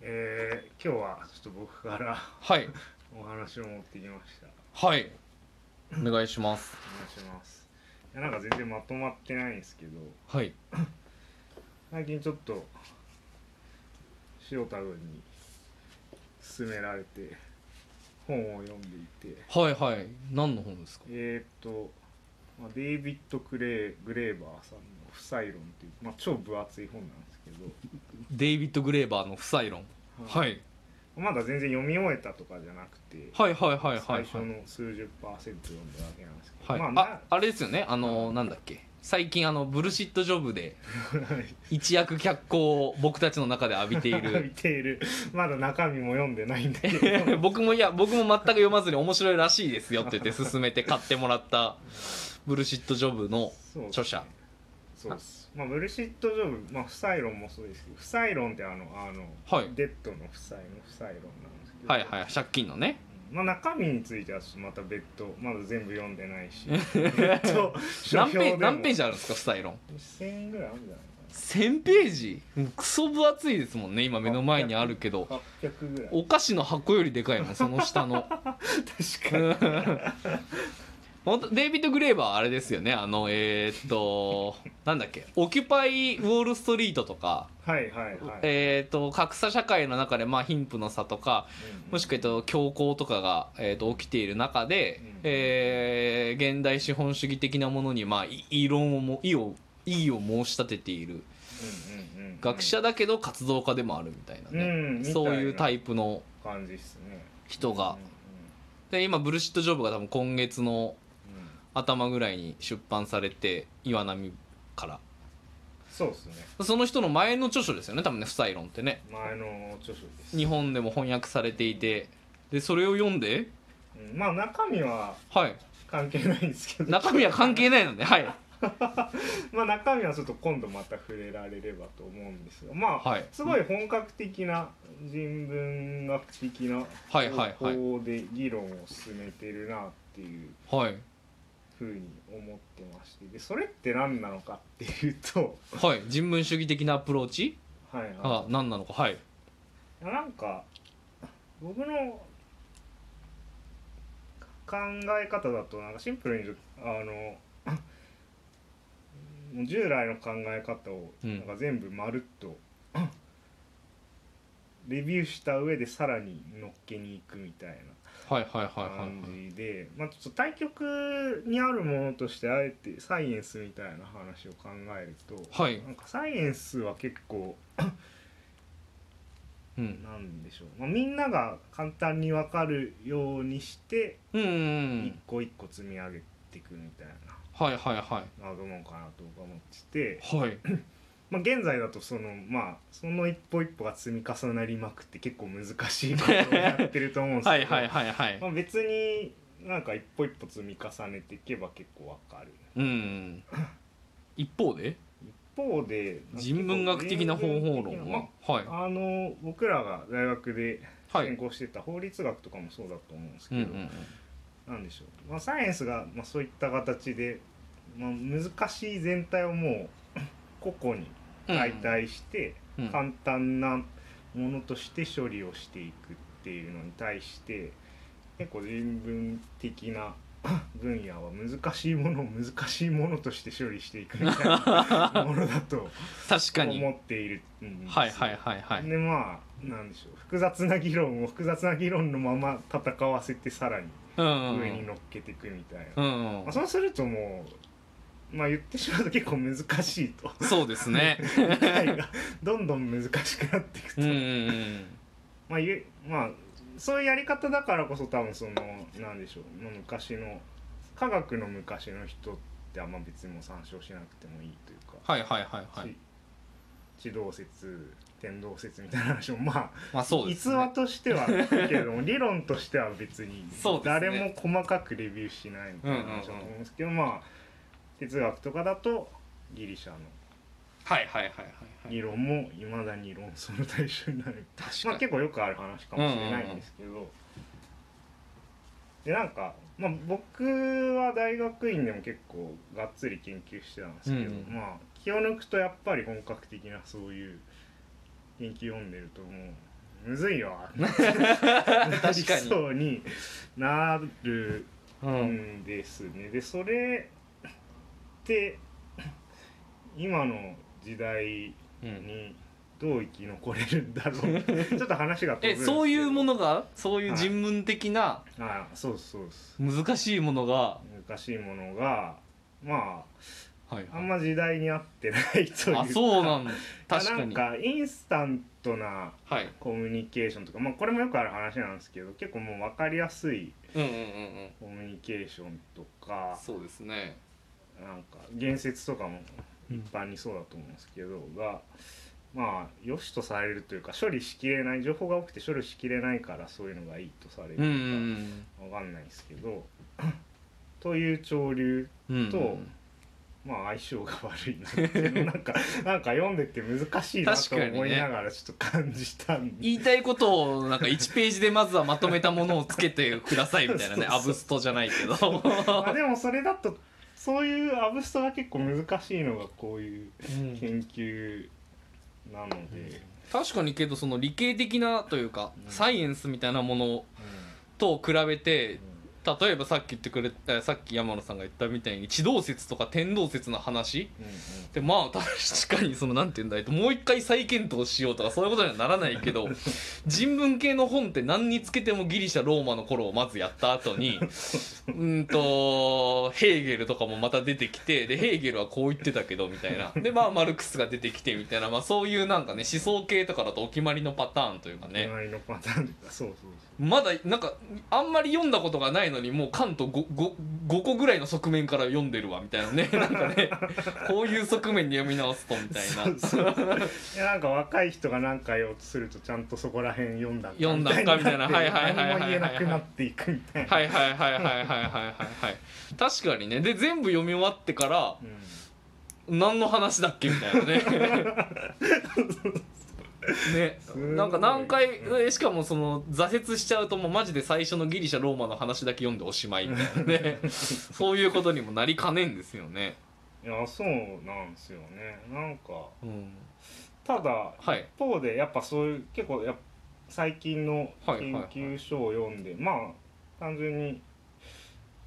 えー今日はちょっと僕からはいお話を持ってきました。はいお願いしますお願いします。いやなんか全然まとまってないんですけど、はい最近ちょっと塩田君に勧められて本を読んでいて、はいはい何の本ですかえー、っと、まあ、デイビッド・クレイグレーバーさんの「夫妻論」っていう、まあ、超分厚い本なんですけど、デイビッド・グレーバーの「夫妻論」はいまだ全然読み終えたとかじゃなくて、はいはいはいはい最初はいの数十パーセント読んだだけなんですけど、はい、まあああれですよねあのなんだっけ最近あのブルシットジョブで一躍脚光を僕たちの中で浴びてい な見るているまだ中身も読んでないんだけど僕もいや僕も全く読まずに面白いらしいですよって言って勧めて買ってもらったブルシットジョブのそうです著者そうですまあブルシット・ジョブまあ不採論もそうですけど不採論ってあのあの、はいデッドの不採の不採論なんですけどはいはい借金のねまあ、中身についてはまた別途まだ全部読んでない し別途何ページ何ページジあるんですか「夫妻論」 1000ぐらいあるんじゃない1000ページもうクソ分厚いですもんね今目の前にあるけどかな800ぐらいお菓子の箱よりでかいもんその下の 確かに本当デイビッド・グレーバーはあれですよねあのえーっとなんだっけ「オキュパイ・ウォール・ストリート」とか、はいはいはい、えーっと格差社会の中で、まあ、貧富の差とかもしくは、えっと、強行とかが、えーっと起きている中でうん、えー現代資本主義的なものに、まあ、い異論をも異を異を申し立てているうんうんうんうん学者だけど活動家でもあるみたいなね、うんそういうタイイプのプ感じっすね人が、うで今ブルシット・ジョブが多分今月のんうんうん頭ぐらいに出版されて岩波からそうですねその人の前の著書ですよね多分ね「不採論」ってね前の著書です、日本でも翻訳されていてでそれを読んでうんまあ中身ははい関係ないんですけど中身は関係ないのではい まあ中身はちょっと今度また触れられればと思うんですがまあ、はいすごい本格的な人文学的なはいはい方法で議論を進めてるなっていうはいふうに思ってましてでそれって何なのかっていうとはい人文主義的なアプローチはいはい、が何なのかはいいやなんか僕の考え方だとなんかシンプルにあのもう従来の考え方をうんなんか全部まるっとレビューした上でさらに乗っけに行くみたいはいはいはいなはい感はいじで、まあ、ちょっと対極にあるものとしてあえてサイエンスみたいな話を考えると、はいなんかサイエンスは結構うんなんでしょう、まあ、みんなが簡単に分かるようにしてうんうんう一ん個一個積み上げていくみたいなはいはいはなもんかなと僕は思ってて、いはいまあ、現在だとそのまあその一歩一歩が積み重なりまくって結構難しいことをやってると思うんです はけいどはいはいはいまあ、別になんか一歩一歩積み重ねていけば結構分かるうん一方で一方で人文学的な方法論は、はいまああの僕らが大学ではい専攻してた法律学とかもそうだと思うんですうけんうど、んうんなんでしょう、まあ、サイエンスが、まあ、そういった形で、まあ、難しい全体をもう 個々に解体して、うんうん簡単なものとして処理をしていくっていうのに対して結構人文的な 分野は難しいものを難しいものとして処理していくみたいなものだと確かに思っているんですよはいはいはいはいでまあなんでしょう複雑な議論を複雑な議論のまま戦わせてさらにうんう上にん乗っけていくみたいな、うんまあ、そうするともう、まあ、言ってしまうと結構難しい とそうですね 理解がどんどん難しくなっていくと、うんうんうんまあゆまあ、そういうやり方だからこそ多分そのなんでしょうまあ昔の科学の昔の人ってあんま別にもう参照しなくてもいいというか、はいはいはいはいち地動説天動説みたいな話もまあまあそうです逸ね話としてはあるけれども理論としては別にそうですね誰も細かくレビューしないみたいな話だと思うんですけど、まあ哲学とかだとギリシャのはいはいはいはい理論もいまだに論争の対象になる、確まあ、かに結構よくある話かもしれないんですけど、でなんか、まあ、僕は大学院でも結構がっつり研究してたんですけど、うんうんまあ気を抜くとやっぱり本格的なそういう研究読んでるともうむずいよなり確かに そうになるうんですねでそれって今の時代うん、にどう生き残れるんだろ うちょっと話が飛ぶんでえすけどそういうものがそういう人文的なあそうそうです難しいものが、難しいものがまはいああんま時代に合ってないというかあそうなんだ確かなんにかインスタントなはいコミュニケーションとか、まあ、これもよくある話なんですけど結構もう分かりやすいうんうんうんうんコミュニケーションとかそうですねなんか言説とかもうん一般にそうだと思うんですけどがまあ良しとされるというか処理しきれない情報が多くて処理しきれないからそういうのがいいとされるうんのか分かんないですけど という潮流うんうんとまあ相性が悪いなっていう のをなんかなんか読んでて難しいなと思いながらちょっと感じたんで、言いたいことをなんか1ページでまずはまとめたものをつけてくださいみたいな ねそうそうアブストじゃないけどあでもそれだとそういうアブストが結構難しいのがこういう研究なので、確かにけどその理系的なというかうんサイエンスみたいなものと比べて例えばさっき言ってくれたさっき山野さんが言ったみたいに地動説とか天動説の話うんうんうんでまあ確かにそのなんて言うんだいともう一回再検討しようとかそういうことにはならないけど人文系の本って何につけてもギリシャローマの頃をまずやった後にうーんとヘーゲルとかもまた出てきてでヘーゲルはこう言ってたけどみたいなでまあマルクスが出てきてみたいな、まあ、そういうなんかね思想系とかだとお決まりのパターンというかね、隣のパターンとかそうそうまだなんかあんまり読んだことがないのにもうカント 5, 5, 個ぐらいの側面から読んでるわみたいなね なんかねこういう側面に読み直すとみたいな そうそういやなんか若い人が何か言おうとするとちゃんとそこら辺読んだんか読んだんかみたいなみたはいはいはいはいはい何も言えなくなっていくみたいな、はいはいはいはいはいはいはいはい確かにねで全部読み終わってからうん何の話だっけみたい なねすごいねなんか何回えしかもその挫折しちゃうともうマジで最初のギリシャローマの話だけ読んでおしまいみたいなね そういうことにもなりかねんですよね、いやそうなんですよねなんかうん、ただはい一方でやっぱそういう結構やっぱ最近のはいはい研はい究書を読んで、まあ単純に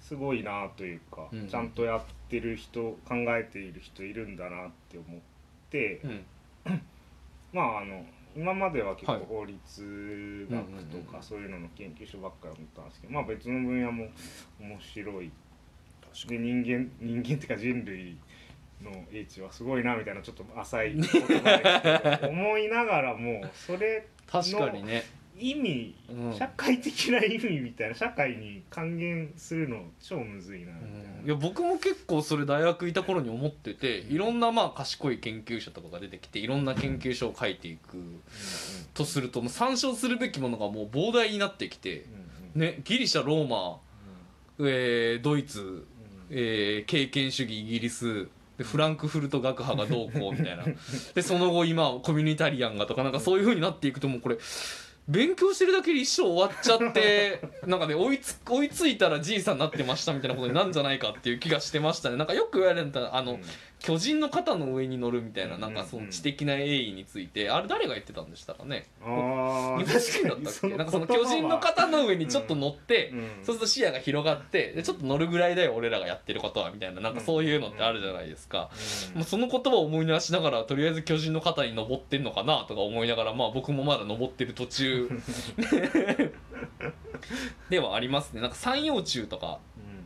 すごいなというか、うんちゃんとやってる人考えている人いるんだなって思って、うんまああの今までは結はい構法律学とうんうんうんかそういうのの研究所ばっかりだったんですけど、まあ別の分野も面白いで人間人間っていうか人類の英知はすごいなみたいなちょっと浅い言葉ですけど思いながらもそれ確かにね、意味うん社会的な意味みたいな社会に還元するの超むずいなみうんいたいや僕も結構それ大学いた頃に思ってていろんなまあ賢い研究者とかが出てきていろんな研究書を書いていくとするともう参照するべきものがもう膨大になってきてな。うんうんうんねギリシャローマ、えードイツ、うんえー経験主義イギリスでフランクフルト学派がどうこうみたいなでその後今コミュニタリアンがとかなんかそういう風になっていくともうこれ勉強してるだけで一生終わっちゃって なんかね追いつ追いついたらじいさんになってましたみたいなことになんじゃないかっていう気がしてましたねなんかよく言われたあの、うん巨人の肩の上に乗るみたいななんかそうんうんのうん知的な栄意についてあれ誰が言ってたんでしたかねあ日ー本人だったっけなんかその巨人の方肩の上にちょっと乗って、うんそうすると視野が広がってでちょっと乗るぐらいだよ俺らがやってることはみたいななんかそういうのってあるじゃないですか、うんまあ、その言葉を思い出しながらとりあえず巨人の肩に登ってんのかなとか思いながらまあ僕もまだ登ってる 途中ではありますねなんか三葉虫とか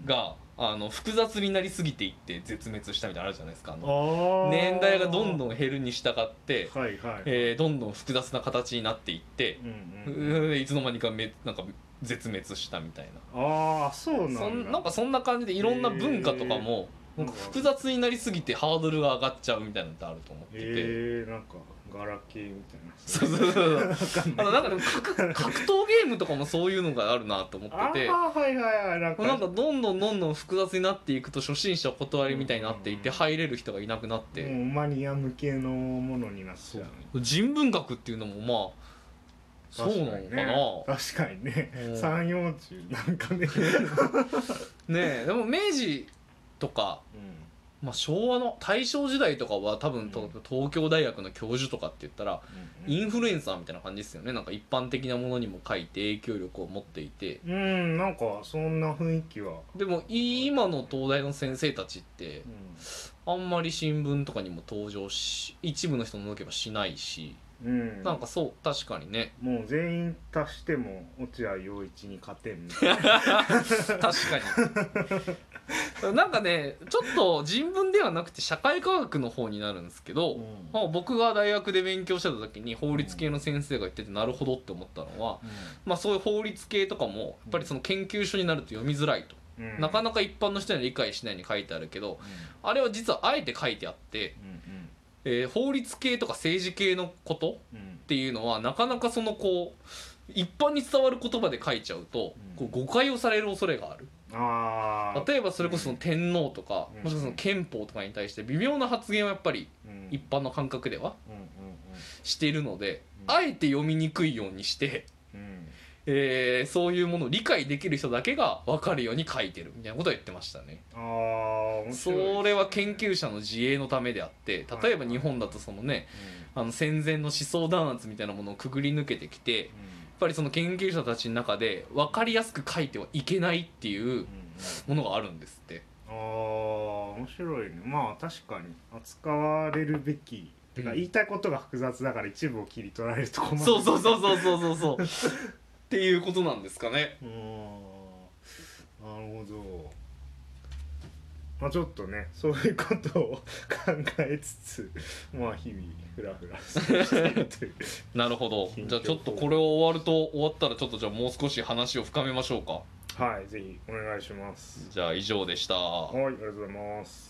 うんがあの複雑になりすぎていって絶滅したみたいなのあるじゃないですかあの年年代がどんどんん減るに従って、はいはい、えーどんどん複雑な形になっていって、うんうん、うーんいつの間にかめなんか絶滅したみたいなああそうなんだそんなんかそんな感じでいろんな文化とかもへーなんか複雑になりすぎてハードルが上がっちゃうみたいなのってあると思ってて、えー、なんかガラケーみたいなそうそうそうそうあのなんかでも格格闘ゲームとかもそういうのがあるなと思あってて。あはいはいはいなんかなんかどんどんどんどん複雑になっていくと初心者お断りみたいになっていてうん入れる人がいなくなっもてうマニア向けのものになっちゃう人文学っていうのもまあそうなのかな確かにねうん三葉虫なんかね、ねえでも明治とかうまあ、昭和の大正時代とかは多分とうん東京大学の教授とかって言ったらうんインフルエンサーみたいな感じですよねなんか一般的なものにも書いて影響力を持っていてうんなんかそんな雰囲気は、でも今の東大の先生たちってあんまり新聞とかにも登場し一部の人の抜けばしないしうんうん、なんかそう確かにね もう全員足しても落合陽一に勝てんみたいな確かになんかねちょっと人文ではなくて社会科学の方になるんですけど、うんまあ、僕が大学で勉強してた時に法律系の先生が言っててなるほどって思ったのは、まあ、そういう法律系とかもやっぱりその研究所になると読みづらいと、うんなかなか一般の人には理解しないように書いてあるけどあれは実はあえて書いてあって、うんえー法律系とか政治系のことうんうんっていうのはなかなかそのこう一般に伝わる言葉で書いちゃうと、うんこう誤解をされる恐れがあるああ例えばそれこそその天皇とか、うんもしくはその憲法とかに対して微妙な発言はやっぱりうん一般の感覚ではうんしているので、うんあえて読みにくいようにして、うんうんえーそういうものを理解できる人だけが分かるように書いてるみたいなことは言ってましたね。ああ面そ白いですねれは研究者の自衛のためであって例えば日本だとそのねあの戦前の思想弾圧みたいなものをくぐり抜けてきてうんやっぱりその研究者たちの中で分かりやすく書いてはいけないっていううんうんものがあるんですってあー面白いねまあ確かに扱われるべきてかうん言いたいことが複雑だから一部を切り取られると困るそうそううそうそうそうそうそう っていうことなんですかねうーんなるほどまあちょっとねそういうことを考えつつまあ日々フラフラしているというなるほど近況じゃあちょっとこれを終わると終わったらちょっとじゃあもう少し話を深めましょうかはいぜひお願いしますじゃあ以上でしたはいありがとうございます